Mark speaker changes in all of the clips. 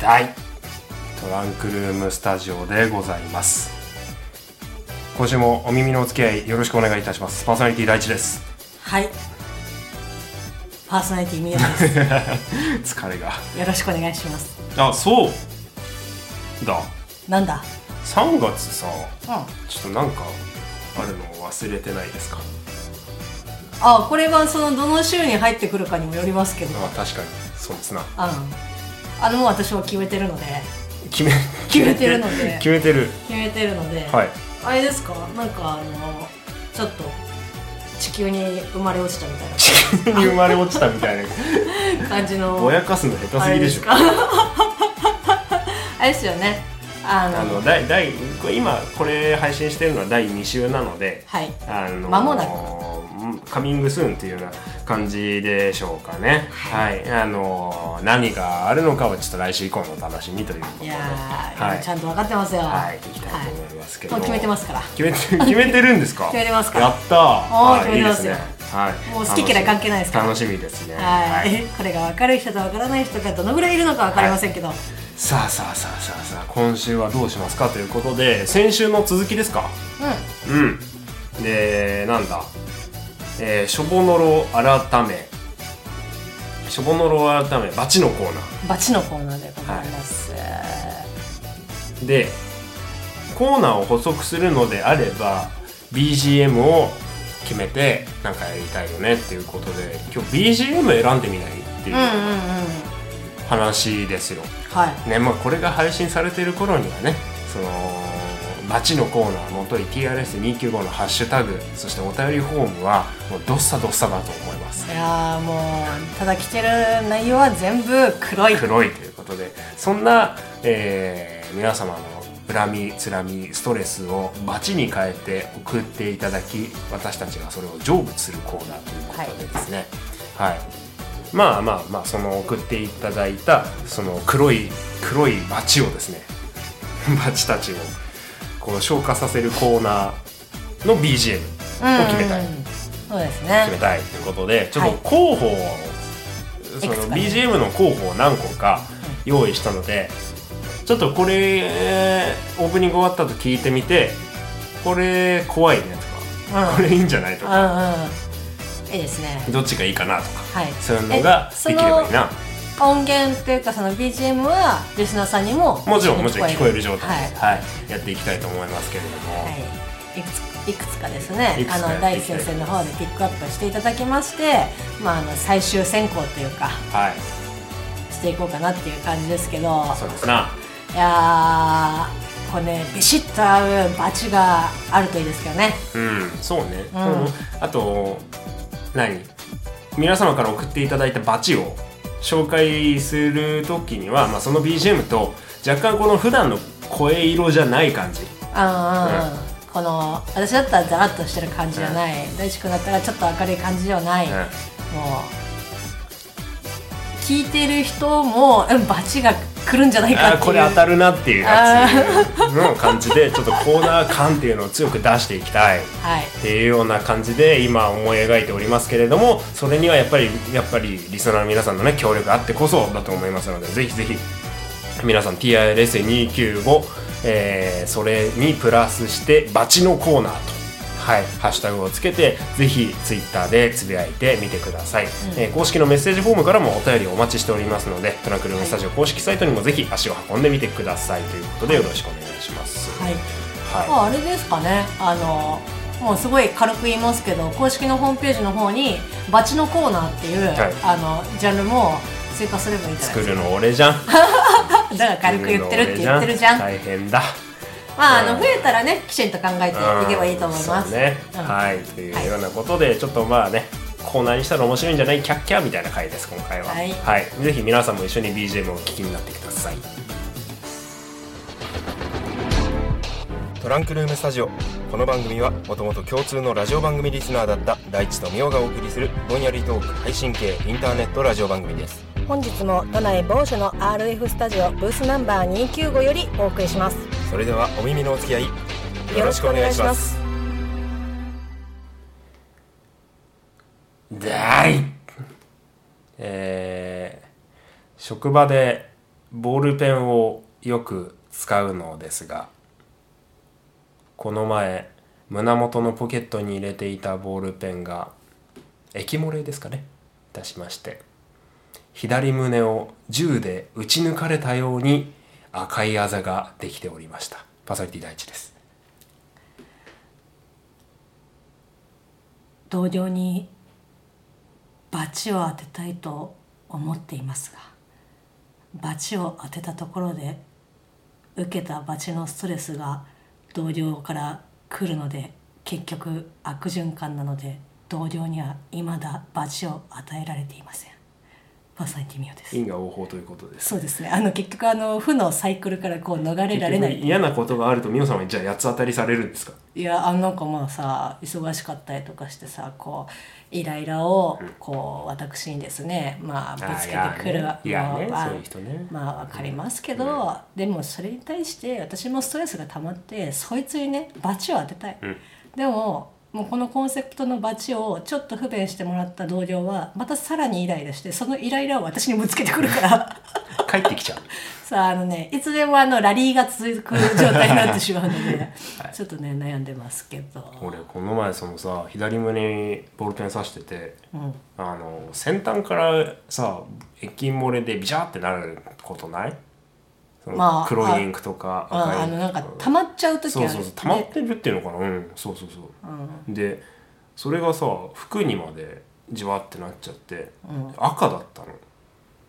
Speaker 1: 第トランクルームスタジオでございます今週もお耳のお付き合いよろしくお願いいたしますパーソナリティ第一です
Speaker 2: はい。パーソナリティみよ です。
Speaker 1: 疲れが
Speaker 2: よろしくお願いします。
Speaker 1: あそうだ
Speaker 2: なんだ。
Speaker 1: 3月さ
Speaker 2: うん。あ
Speaker 1: ちょっとなんかあるの忘れてないですか
Speaker 2: これはそのどの週に入ってくるかにもよりますけど。うん。
Speaker 1: あ確かにそうですな
Speaker 2: あのもう私は決めてるので、
Speaker 1: 決め
Speaker 2: 決めてるので
Speaker 1: 決めてる
Speaker 2: 決めてるので。
Speaker 1: はい
Speaker 2: あれですか。なんかあのちょっと地球に生まれ落ちたみた
Speaker 1: 急に生まれ落ちたみた いない
Speaker 2: な感じの。
Speaker 1: ぼやかすの下手すぎでしょ
Speaker 2: あれですかあれですよね。あの
Speaker 1: あの第第これ今これ配信してるのは第2週なので
Speaker 2: はい。
Speaker 1: あの
Speaker 2: 間もな
Speaker 1: カミングスーンっていうような感じでしょうかねはい、あの何があるのかはちょっと来週以降のお楽しみということ
Speaker 2: い
Speaker 1: で
Speaker 2: やー、
Speaker 1: はい
Speaker 2: ちゃんと分かってますよ。
Speaker 1: はいいきたいと思いますけど、
Speaker 2: もう決めてますから。
Speaker 1: 決めて決めてるんですか
Speaker 2: 決めてますから
Speaker 1: やったーはい
Speaker 2: 決めてますよ
Speaker 1: いいですねはい
Speaker 2: もう好き嫌い関係ないですから
Speaker 1: 楽しみですね
Speaker 2: はい、これが分かる人と分からない人がどのぐらいいるのか分かりませんけど、
Speaker 1: さあさあさあさあさあ今週はどうしますかということで先週の続きですか
Speaker 2: う
Speaker 1: うんでなんだえー、しょぼのろ改めしょぼのろ改めバチのコーナ
Speaker 2: ん、バチのコーナーでございます、は
Speaker 1: ーでコーナーを補足するのであれば BGM を決めてなんかやりたいよねっていうことで今日 BGM 選んでみないってい
Speaker 2: い、うん
Speaker 1: う
Speaker 2: うんうん
Speaker 1: 話ですよ、
Speaker 2: はい
Speaker 1: ねまあ、これが配信されてる頃にはねそのバチのコーナーのとい TRS295 のハッシュタグそしてお便りフォームはもうどっさどっさだと思います
Speaker 2: いやーもうただ来てる内容は全部黒い
Speaker 1: 黒いということでそんな、えー皆様の恨みつらみストレスをバチに変えて送っていただき私たちがそれを成仏するコーナーということでですねはい、まあまあまあその送っていただいたその黒い黒いバチをですね バチたちをこう消化させるコーナーの BGM を決めたい、
Speaker 2: うんうんうんそうです
Speaker 1: 決め
Speaker 2: ね
Speaker 1: たいということでちょっと
Speaker 2: はい
Speaker 1: 候補を、そ
Speaker 2: いくつ
Speaker 1: の
Speaker 2: かね
Speaker 1: BGM の候補を何個か用意したので、ちょっとこれ、えーオープニング終わったと聞いてみてこれ怖いねとか、
Speaker 2: うん
Speaker 1: これいいんじゃないと
Speaker 2: う
Speaker 1: か、
Speaker 2: んうんいいですね
Speaker 1: どっちがいいかなとか
Speaker 2: はい
Speaker 1: そういうのが
Speaker 2: え
Speaker 1: できればいいな
Speaker 2: その音源っていうかその BGM はリスナーさんにも
Speaker 1: もちろんもちろん聞こえる状
Speaker 2: は
Speaker 1: 態
Speaker 2: い
Speaker 1: で、はいやっていきたいと思いますけれども、
Speaker 2: はい、いくついくつかです
Speaker 1: い
Speaker 2: ね
Speaker 1: くつ
Speaker 2: あ
Speaker 1: か
Speaker 2: の
Speaker 1: やっ
Speaker 2: 第
Speaker 1: てい
Speaker 2: 一
Speaker 1: きたい
Speaker 2: 先生の方でピックアップしていただきまして、まあ、あの最終選考というか
Speaker 1: はい、
Speaker 2: していこうかなっていう感じですけど
Speaker 1: そうですない
Speaker 2: やーこれねビシッと合うバチがあるといいですけどね
Speaker 1: うん、そうね、
Speaker 2: うん
Speaker 1: そのあと何皆様から送っていただいたバチを紹介する時には、まあ、その BGM と若干この普段の声色じゃない感じ
Speaker 2: うんうんうんこの私だったらザラッとしてる感じじゃない、大地君だったらちょっと明るい感じではない、
Speaker 1: うん
Speaker 2: もう聞いてる人もうんバチが来るんじゃないかって
Speaker 1: あ
Speaker 2: い
Speaker 1: ー
Speaker 2: う
Speaker 1: これ当たるなっていうやつの感じでちょっとコーナー感っていうのを強く出していきたい。
Speaker 2: はい
Speaker 1: っていうような感じで今思い描いておりますけれどもそれにはやっぱりやっぱりリスナーの皆さんのね協力あってこそだと思いますのでぜひぜひ皆さん TRS295、えーそれにプラスしてバチのコーナーと。はい、ハッシュタグをつけてぜひツイッターでつぶやいてみてください、えー公式のメッセージフォームからもお便りお待ちしておりますのでトランクルームスタジオ公式サイトにもぜひ足を運んでみてくださいということでよろしくお願いします、
Speaker 2: はい
Speaker 1: はい
Speaker 2: まあ、あれですかねあのもうすごい軽く言いますけど公式のホームページの方に「バチのコーナー」っていう、
Speaker 1: はい
Speaker 2: あのジャンルも追加すればいいんじゃない
Speaker 1: 作
Speaker 2: です
Speaker 1: るの俺じゃん
Speaker 2: かだから軽く言ってるって言ってるじゃん
Speaker 1: 大変だ
Speaker 2: まああ
Speaker 1: う
Speaker 2: の
Speaker 1: ん
Speaker 2: 増えたらねきちんと考えていけばいいと思いま
Speaker 1: う
Speaker 2: す、
Speaker 1: んそうね、
Speaker 2: うん
Speaker 1: はいというようなことでちょっとまあねコーナーにしたら面白いんじゃないキャッキャーみたいな回です今回は
Speaker 2: はい
Speaker 1: ぜひ皆さんも一緒に BGM をお聴きになってください
Speaker 3: トランクルームスタジオこの番組はもともと共通のラジオ番組リスナーだった大地とみおがお送りするぼんやりトーク配信系インターネットラジオ番組です
Speaker 4: 本日も都内某所の RF スタジオブースナンバー295よりお送りします
Speaker 3: それではお耳のお付き合いよろしくお願いします
Speaker 1: でーいえー職場でボールペンをよく使うのですがこの前胸元のポケットに入れていたボールペンが液漏れですかね出しまして左胸を銃で撃ち抜かれたように赤いあざができておりましたパーソナリティ第一です
Speaker 2: 同僚にバチを当てたいと思っていますがバチを当てたところで受けたバチのストレスが同僚から来るので結局悪循環なので同僚には未だバチを与えられていませんパーソナリティミオです
Speaker 1: 因果応報ということです
Speaker 2: そうですねあの結局あの負のサイクルからこう逃れられな
Speaker 1: 結
Speaker 2: い
Speaker 1: 局嫌なことがあると美穂さんはじゃあ八つ当たりされるんですか
Speaker 2: いやあのなんかもうさ忙しかったりとかしてさこうイライラをこう私にですねまあぶつけてくる
Speaker 1: あーいやねいやね
Speaker 2: まあ
Speaker 1: そういう人ね
Speaker 2: まあわかりますけど、でもそれに対して私もストレスが溜まってそいつにねバチを当てたい、
Speaker 1: ん
Speaker 2: でももうこのコンセプトのバチをちょっと不便してもらった同僚はまたさらにイライラしてそのイライラを私にぶつけてくるから。
Speaker 1: 帰ってきちゃう
Speaker 2: さああのねいつでもあのラリーが続く状態になってしまう ので、ちょっとね悩んでますけど、
Speaker 1: 俺この前そのさ左胸にボールペン刺してて、
Speaker 2: うん、
Speaker 1: あの先端からさ液漏れでビシャーってなることないその
Speaker 2: まあ
Speaker 1: 黒いインクとか赤いイン
Speaker 2: あ
Speaker 1: ク
Speaker 2: あのなんか溜まっちゃう時あ
Speaker 1: そう
Speaker 2: る
Speaker 1: そうそう溜まってるっていうのかなうんそうそうそう、でそれがさ服にまでじわってなっちゃって、赤だったの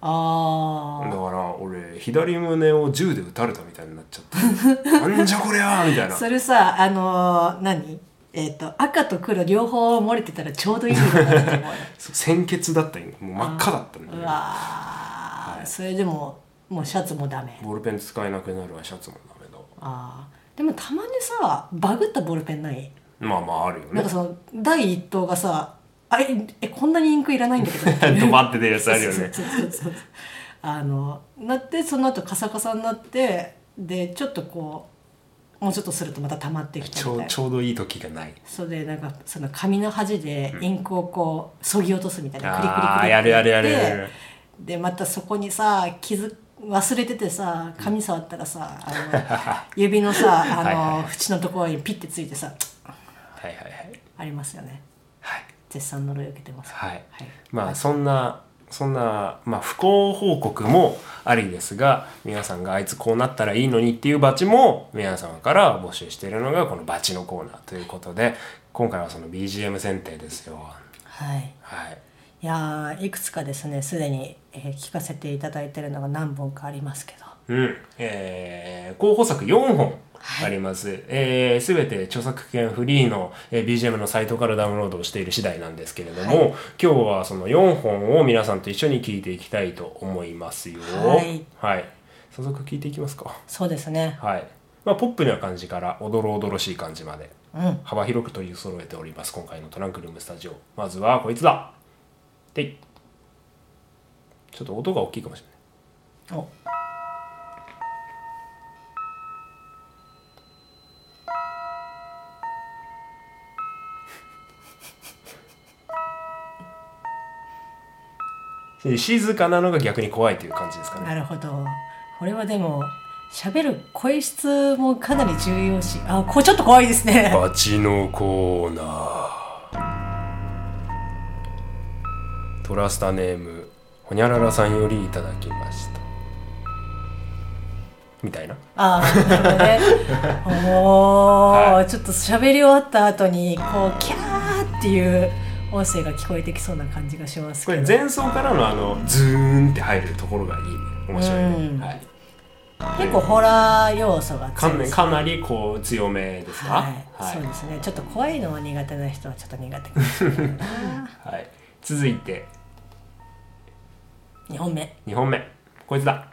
Speaker 2: あ
Speaker 1: だから俺左胸を銃で撃たれたみたいになっちゃ ってなんじゃこりゃーみたい
Speaker 2: あ
Speaker 1: な
Speaker 2: それさあのー何えっ、と赤と黒両方漏れてたらちょうどいいのかなと思うよ
Speaker 1: そう鮮血だったよ もう真っ赤だったんだ
Speaker 2: う
Speaker 1: よ
Speaker 2: わー、それでももうシャツもダメ
Speaker 1: ボールペン使えなくなるわシャツもダメだ
Speaker 2: あーでもたまにさバグったボールペンない
Speaker 1: まあまああるよ
Speaker 2: な
Speaker 1: ね
Speaker 2: んかその第一投がさ「あええこんなにインクいらないんだけど」っ ていう
Speaker 1: ドバって出るやつあるよね
Speaker 2: そうそうそうそうあのなってその後カサカサになってでちょっとこうもうちょっとするとまた溜まってきて
Speaker 1: ちょ
Speaker 2: みた
Speaker 1: う
Speaker 2: いな
Speaker 1: ちょうどいい時がない
Speaker 2: それでなんかその紙の端でインクをこうそぎ落とすみたいなクリクリクリ
Speaker 1: あーやるやるやるやる
Speaker 2: ででまたそこにさ傷忘れててさ紙触ったらさあ の指のさあの
Speaker 1: はいはい
Speaker 2: 縁のところにピッてついてさ
Speaker 1: はいはいはい
Speaker 2: ありますよね
Speaker 1: はい
Speaker 2: 絶賛呪いを受けてます
Speaker 1: はい
Speaker 2: はい
Speaker 1: まあそんなそんな、まあ、不幸報告もありですが皆さんがあいつこうなったらいいのにっていうバチも皆様から募集しているのがこのバチのコーナーということで今回はその BGM 選定ですよ
Speaker 2: はい
Speaker 1: はい
Speaker 2: いやーいくつかですねすでに、えー聞かせていただいてるのが何本かありますけど
Speaker 1: うん、えー候補作4本あります。えーすべて著作権フリーの、えー BGM のサイトからダウンロードをしている次第なんですけれども、今日はその4本を皆さんと一緒に聞いていきたいと思いますよ。
Speaker 2: はい。
Speaker 1: 早速聞いていきますか。
Speaker 2: そうですね
Speaker 1: はい。まあ、ポップな感じから、おどろおどろしい感じまで、
Speaker 2: うん
Speaker 1: 幅広く取り揃えております。今回のトランクルームスタジオ。まずはこいつだていちょっと音が大きいかもしれない。
Speaker 2: お
Speaker 1: で静かなのが逆に怖いという感じですかね
Speaker 2: なるほどこれはでも喋る声質もかなり重要視あこれちょっと怖いですね
Speaker 1: バチのコーナートラスタネームほにゃららさんよりいただきましたみたいな
Speaker 2: あ ーこれねおー、
Speaker 1: は
Speaker 2: ちょっと喋り終わった後にこうキャーっていう音声が聞こえてきそうな感じがします
Speaker 1: こ
Speaker 2: け
Speaker 1: れ
Speaker 2: ど
Speaker 1: 前奏からのあのズーンって入るところがいいね面白い
Speaker 2: うん
Speaker 1: ね、はい、
Speaker 2: 結構ホラー要素が
Speaker 1: か
Speaker 2: 強いです
Speaker 1: なかなりこう強めですか
Speaker 2: はい、そうですねちょっと怖いのは苦手な人はちょっと苦 手かもしれないな
Speaker 1: はい、続いて
Speaker 2: 2本目
Speaker 1: 2本目こいつだ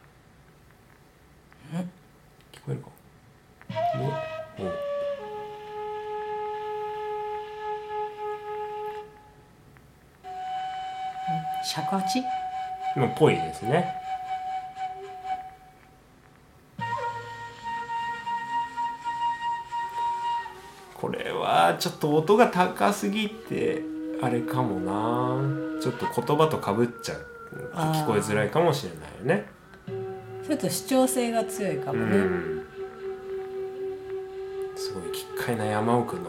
Speaker 1: 聞こえるかもう
Speaker 2: 尺八
Speaker 1: おのっぽいですねこれはちょっと音が高すぎてあれかもなちょっと言葉とかぶっちゃう
Speaker 2: あー
Speaker 1: 聞こえづらいかもしれないよね
Speaker 2: ちょっと主張性が強いか
Speaker 1: う
Speaker 2: もね、
Speaker 1: んすごい奇怪な山奥の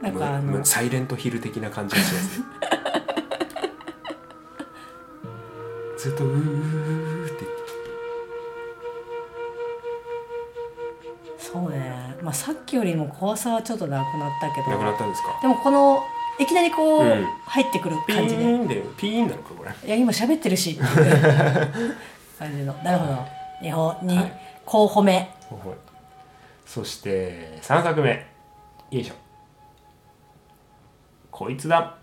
Speaker 2: なんかあ
Speaker 1: む
Speaker 2: の
Speaker 1: むサイレントヒル的な感じがします ねずっとうーうーって
Speaker 2: そうね、まあ、さっきよりも怖さはちょっとなくなったけど
Speaker 1: なくなったんですか
Speaker 2: でもこのいきなりこう、
Speaker 1: うん
Speaker 2: 入ってくる
Speaker 1: ピ
Speaker 2: 感じで
Speaker 1: ーンでピーンなのかこれ
Speaker 2: いや今喋って るしっていう感じのなるほど日本に
Speaker 1: はい
Speaker 2: こう褒め、
Speaker 1: はいそして3作目よいしょこいつだ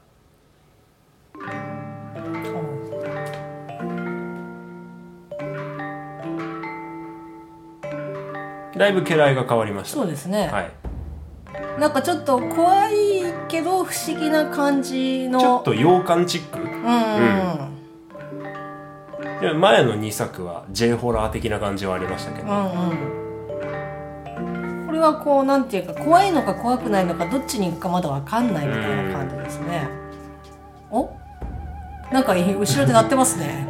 Speaker 1: だいぶ家来が変わりました
Speaker 2: そうですね、
Speaker 1: はい
Speaker 2: なんかちょっと怖いけど不思議な感じの
Speaker 1: ちょっと洋館チック
Speaker 2: うんうん
Speaker 1: で前の2作は J ホラー的な感じはありましたけど、
Speaker 2: うんうんこれはこうなんていうか怖いのか怖くないのかどっちに行くかまだわかんないみたいな感じですねおなんかい後ろで鳴ってますね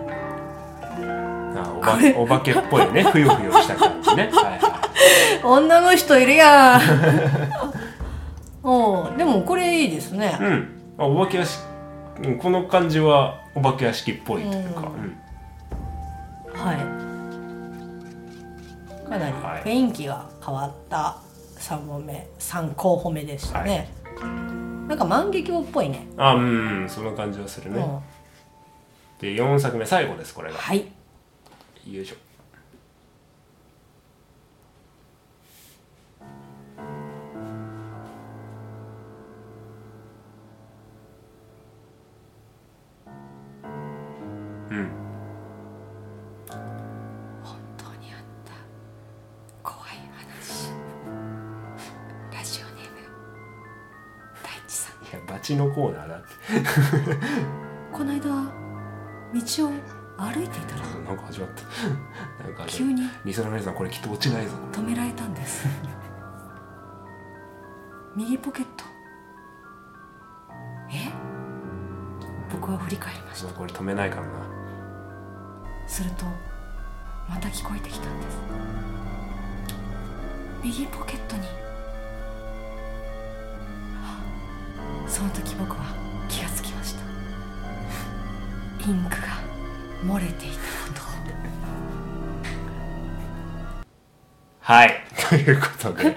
Speaker 1: あおばお化けっぽいねふよふよした感じねはいは
Speaker 2: 女の人いるやん おうでもこれいいですね
Speaker 1: い、 うんあお化け屋敷うんこの感じはお化け屋敷っぽいというか、
Speaker 2: う
Speaker 1: うん
Speaker 2: はいかなり
Speaker 1: はい
Speaker 2: 雰囲気が変わった3本目3候補目でしたね、なんか万華鏡っぽいね
Speaker 1: あうんその感じはするね、
Speaker 2: うん
Speaker 1: で4作目最後ですこれが、
Speaker 2: はい
Speaker 1: よいしょうん
Speaker 2: 本当にあった怖い話ラジオネーム大地さん
Speaker 1: いやバチのコーナーだって
Speaker 2: この間道を歩いていたら
Speaker 1: なんか始まった なんか
Speaker 2: 急に
Speaker 1: リスナーの皆さんこれきっと落ち ないぞ
Speaker 2: 止められたんです 右ポケットえ僕は振り返りまし
Speaker 1: 私はこれ止めないからな
Speaker 2: たするとまた聞こえてきたんです右ポケットにその時僕は気がつきましたインクが漏れていたことを
Speaker 1: はい ということで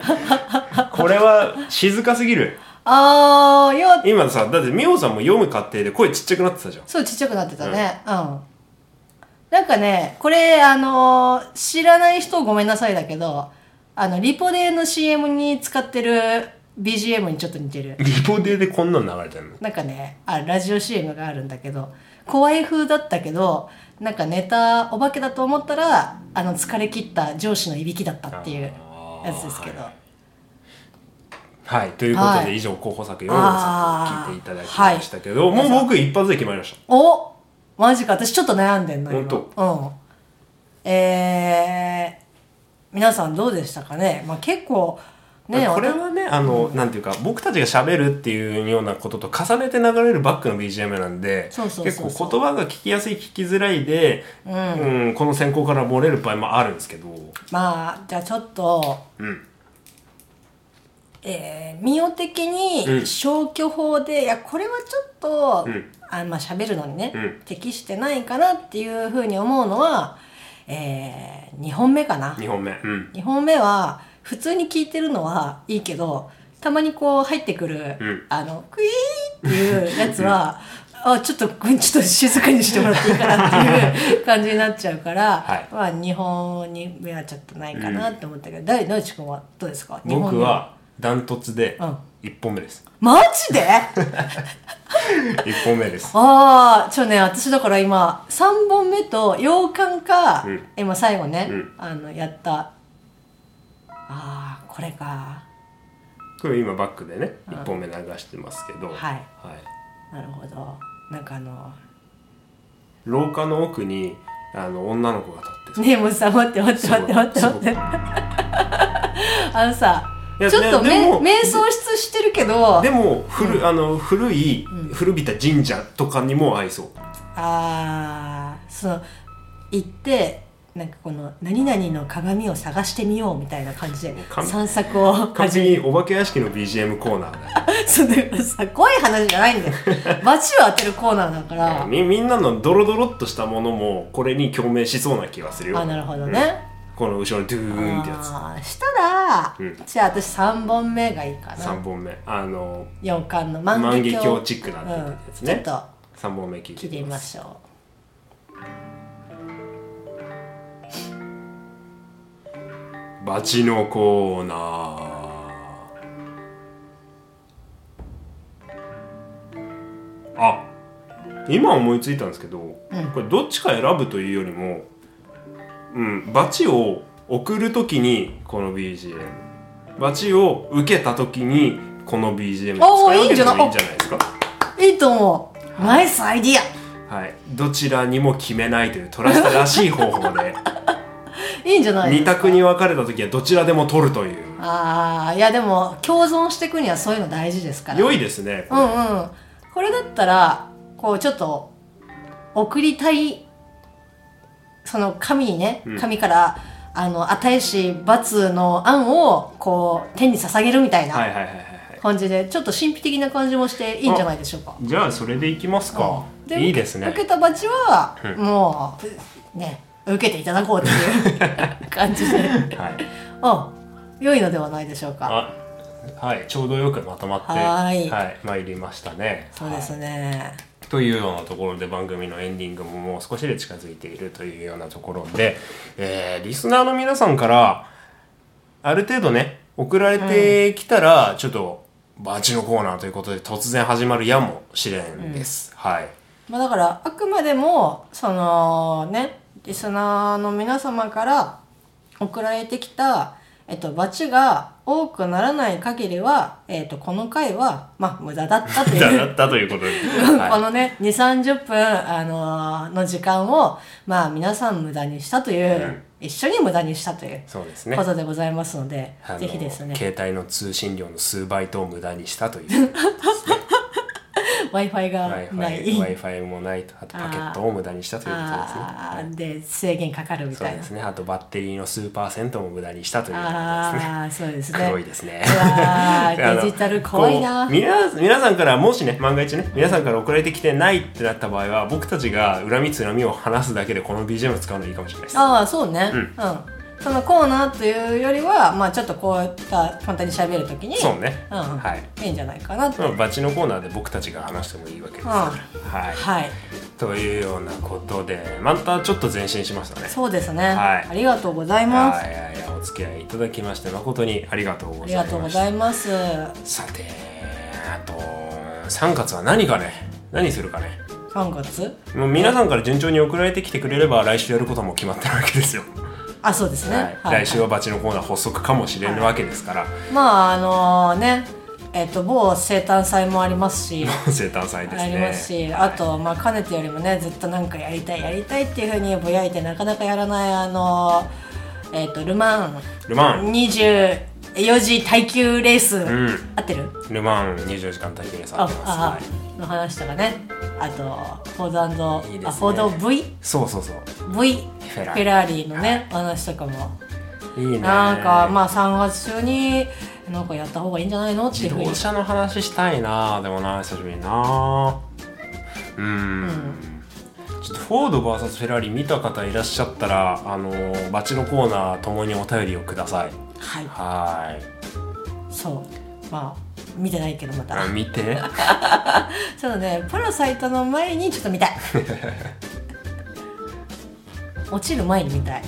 Speaker 1: これは静かすぎる
Speaker 2: あーよ
Speaker 1: 今さだって美桜さんも読む過程で声ちっちゃくなってたじゃん
Speaker 2: そうちっちゃくなってたねうん、なんかねこれあのー知らない人ごめんなさいだけどあのリポデーの CM に使ってる BGM にちょっと似てる
Speaker 1: リポデーでこんなの流れてんの
Speaker 2: なんかねあラジオ CM があるんだけど怖い風だったけどなんかネタお化けだと思ったらあの疲れ切った上司のいびきだったっていうやつですけ
Speaker 1: あ
Speaker 2: ど
Speaker 1: ーはい、はいということで、
Speaker 2: はい
Speaker 1: 以上候補作4
Speaker 2: あー
Speaker 1: 作聞いていただきましたけど、
Speaker 2: はい
Speaker 1: もう僕一発で決まりまし
Speaker 2: おマジか私ちょっと悩んでんの今
Speaker 1: 本
Speaker 2: うんえー、皆さんどうでしたかねまあ結構
Speaker 1: た、
Speaker 2: ね
Speaker 1: これ
Speaker 2: わた
Speaker 1: はねあの、なんていうか僕たちが喋るっていうようなことと重ねて流れるバックの BGM なんで
Speaker 2: そうそうそうそう
Speaker 1: 結構言葉が聞きやすい聞きづらいで、うんこの選考から漏れる場合もあるんですけど、
Speaker 2: まあじゃあちょっと
Speaker 1: うん、
Speaker 2: えー、身を的
Speaker 1: う
Speaker 2: に
Speaker 1: ん
Speaker 2: 消去法で、いやこれはちょっと、
Speaker 1: ん
Speaker 2: あまあ喋るのにね、
Speaker 1: うん
Speaker 2: 適してないかなっていうふうに思うのは、えー、2本目かな
Speaker 1: 2本目、うん
Speaker 2: 2本目は普通に聞いてるのはいいけどたまにこう入ってくる、
Speaker 1: うん
Speaker 2: あのクイーっていうやつは、あちょっとうんちょっと静かにしてもらっていいかなっていう感じになっちゃうから、
Speaker 1: はい
Speaker 2: まあ2本に目はちょっとないかなって思ったけど、大大地君はどうですか二本目
Speaker 1: 僕はダントツで
Speaker 2: うん
Speaker 1: 1本目 です、
Speaker 2: マジ で
Speaker 1: 一本目です
Speaker 2: ああちょね私だから今3本目と洋館か、
Speaker 1: うん
Speaker 2: 今最後ね、
Speaker 1: うん
Speaker 2: あのやったああこれか
Speaker 1: これ今バックでね1本目流してますけど、
Speaker 2: はい
Speaker 1: はい、
Speaker 2: なるほどなんかあの
Speaker 1: 廊下の奥にあの女の子が立って
Speaker 2: ねえもうさ待って待って待って待って待っ
Speaker 1: す
Speaker 2: て
Speaker 1: ごいすごい
Speaker 2: あのさ
Speaker 1: いや
Speaker 2: ちょっと
Speaker 1: で
Speaker 2: め
Speaker 1: でも
Speaker 2: 瞑想室してるけど
Speaker 1: でも古,、あの古い古びた神社とかにも合いそう、
Speaker 2: あーその行ってなんかこの何々の鏡を探してみようみたいな感じで
Speaker 1: 完
Speaker 2: 散策を
Speaker 1: 完
Speaker 2: 始
Speaker 1: 全
Speaker 2: め
Speaker 1: にお化け屋敷の BGM コーナーだよ
Speaker 2: そうだからさ怖い話じゃないんだよ街を当てるコーナーだから
Speaker 1: みみんなのドロドロっとしたものもこれに共鳴しそうな気がするよ
Speaker 2: あなるほどね、
Speaker 1: この後ろのドゥーンってやつ
Speaker 2: あーしたら、
Speaker 1: うん
Speaker 2: じゃあ私3本目がいいかな
Speaker 1: 3本目あの
Speaker 2: 4巻の万華
Speaker 1: 万華
Speaker 2: 鏡
Speaker 1: 鏡チックなってやつね、
Speaker 2: うんちょっ
Speaker 1: 3本目聞い
Speaker 2: と
Speaker 1: て
Speaker 2: 切
Speaker 1: み
Speaker 2: り
Speaker 1: ま
Speaker 2: ますしょ
Speaker 1: バチのコーナーあ今思いついたんですけど、
Speaker 2: うん
Speaker 1: これどっちか選ぶというよりも、うん、バチを送るときにこの BGM バチを受けたときにこの BGM 使い
Speaker 2: お
Speaker 1: 分
Speaker 2: ー
Speaker 1: けてもい
Speaker 2: い
Speaker 1: い
Speaker 2: い
Speaker 1: ん
Speaker 2: ん
Speaker 1: じ
Speaker 2: じ
Speaker 1: ゃないですか
Speaker 2: ういいと思うナイスアイディ
Speaker 1: はい、どちらにも決めないというトラスタらしい方法 で
Speaker 2: アいいんじゃないです
Speaker 1: 二
Speaker 2: か
Speaker 1: 択に分かれた時はどちらでも取るという
Speaker 2: ああいやでも共存していくにはそういうの大事ですから
Speaker 1: 良いですね
Speaker 2: うんうんこれだったらこうちょっと送りたいその神にね
Speaker 1: うん
Speaker 2: 神から、あの与えし罰の案をこう天に捧げるみたい
Speaker 1: はい
Speaker 2: な
Speaker 1: はいはいはいはい
Speaker 2: 感じで、ちょっと神秘的な感じもしていいんじゃないでしょうか。
Speaker 1: じゃあそれでいきますか
Speaker 2: うん
Speaker 1: いいですね
Speaker 2: 受けた罰は、
Speaker 1: うん
Speaker 2: もうね受けていただこうっていう 感じで
Speaker 1: はい
Speaker 2: うん良いのではないでしょうか。
Speaker 1: あはいちょうどよくまとまって
Speaker 2: はーい
Speaker 1: はい、参りましたね
Speaker 2: そうです
Speaker 1: は
Speaker 2: ね。
Speaker 1: いというようなところで番組のエンディングももう少しで近づいているというようなところで、えーリスナーの皆さんからある程度ね送られてきたらちょっとバチのコーナーということで突然始まるやもしれんです、はい
Speaker 2: まあ、だからあくまでもそのねリスナーの皆様から送られてきた、えっと、バチが多くならない限りは、えっと、この回は、まあ、無駄だったとい
Speaker 1: だだ
Speaker 2: う。
Speaker 1: ったということで、
Speaker 2: こ
Speaker 1: は
Speaker 2: のね、2、30分、あのーの時間を、まあ皆さん無駄にしたという、
Speaker 1: うん
Speaker 2: 一緒に無駄にしたという
Speaker 1: い、そうですね
Speaker 2: ことでございますので、
Speaker 1: あの
Speaker 2: ぜひですね、
Speaker 1: 携帯の通信量の数倍と無駄にしたという
Speaker 2: Wi-Fi がない
Speaker 1: Wi-Fi Wi-Fi もないとあとパケットを無駄にしたということですね
Speaker 2: あ
Speaker 1: はい
Speaker 2: ーで制限かかるみ
Speaker 1: そう
Speaker 2: たい
Speaker 1: で
Speaker 2: な。
Speaker 1: すねあとバッテリーの数パーセントも無駄にしたということですね
Speaker 2: ああ、そうですね。
Speaker 1: 黒いですね
Speaker 2: う わ
Speaker 1: あ
Speaker 2: ー
Speaker 1: の
Speaker 2: デジタル怖いな
Speaker 1: こう皆皆さんからもしね万が一ね皆さんから送られてきてないってなった場合は僕たちが恨みつらみを話すだけでこの BGM を使うのいいかもしれないです
Speaker 2: ああそうね
Speaker 1: う
Speaker 2: うんん、そのコーナーというよりはまあちょっとこういった簡単に喋るときに
Speaker 1: そうね、
Speaker 2: うんうん
Speaker 1: はい
Speaker 2: いいんじゃないかなと、
Speaker 1: まあバチのコーナーで僕たちが話してもいいわけですから、はい
Speaker 2: はい
Speaker 1: というようなことでまたちょっと前進しましたね
Speaker 2: そうですね、
Speaker 1: はい
Speaker 2: ありがとうございま
Speaker 1: は
Speaker 2: す
Speaker 1: いはいはいお付き合いいただきまして誠にありがとうござ
Speaker 2: あり
Speaker 1: い
Speaker 2: が
Speaker 1: ま
Speaker 2: とうご
Speaker 1: し
Speaker 2: ざ
Speaker 1: た
Speaker 2: います
Speaker 1: さてあと3月は何かね何するかね
Speaker 2: 3月
Speaker 1: もう皆さんから順調に送られてきてくれれば来週やることはもう決まってるわけですよ、
Speaker 2: あそうですね、
Speaker 1: はい来週はバチのコーナー発足かもしれんわけです から、
Speaker 2: まああのねえっ、と某生誕祭もありますし
Speaker 1: 生誕祭ですね
Speaker 2: ありますしあとまあかねてよりもねずっとなんかやりたいやりたいっていうふうにぼやいてなかなかやらないあのえっ、とルマン
Speaker 1: ルマン
Speaker 2: 24時耐久レース、
Speaker 1: うん
Speaker 2: 合ってる
Speaker 1: ルマン24時間耐久レースあ
Speaker 2: あ
Speaker 1: ってます
Speaker 2: あ
Speaker 1: は
Speaker 2: あの話とかねあとフォード
Speaker 1: いいですね
Speaker 2: あフォード V?
Speaker 1: いそうそうそう
Speaker 2: V
Speaker 1: フェラーリ
Speaker 2: フェラーリのね、お話とかも
Speaker 1: いいね
Speaker 2: なんかまあ3月中になんかやった方がいいんじゃないのっていう
Speaker 1: 自
Speaker 2: ふうに
Speaker 1: 動車の話したいなでもな久しぶりになうんちょっとフォード VS フェラーリ見た方いらっしゃったらあのーバチのコーナーともにお便りをください
Speaker 2: はい
Speaker 1: はーい
Speaker 2: そうまあ見てないけどまた
Speaker 1: あ見て
Speaker 2: そうだねパラサイト の前にちょっと見たい落ちる前に見たい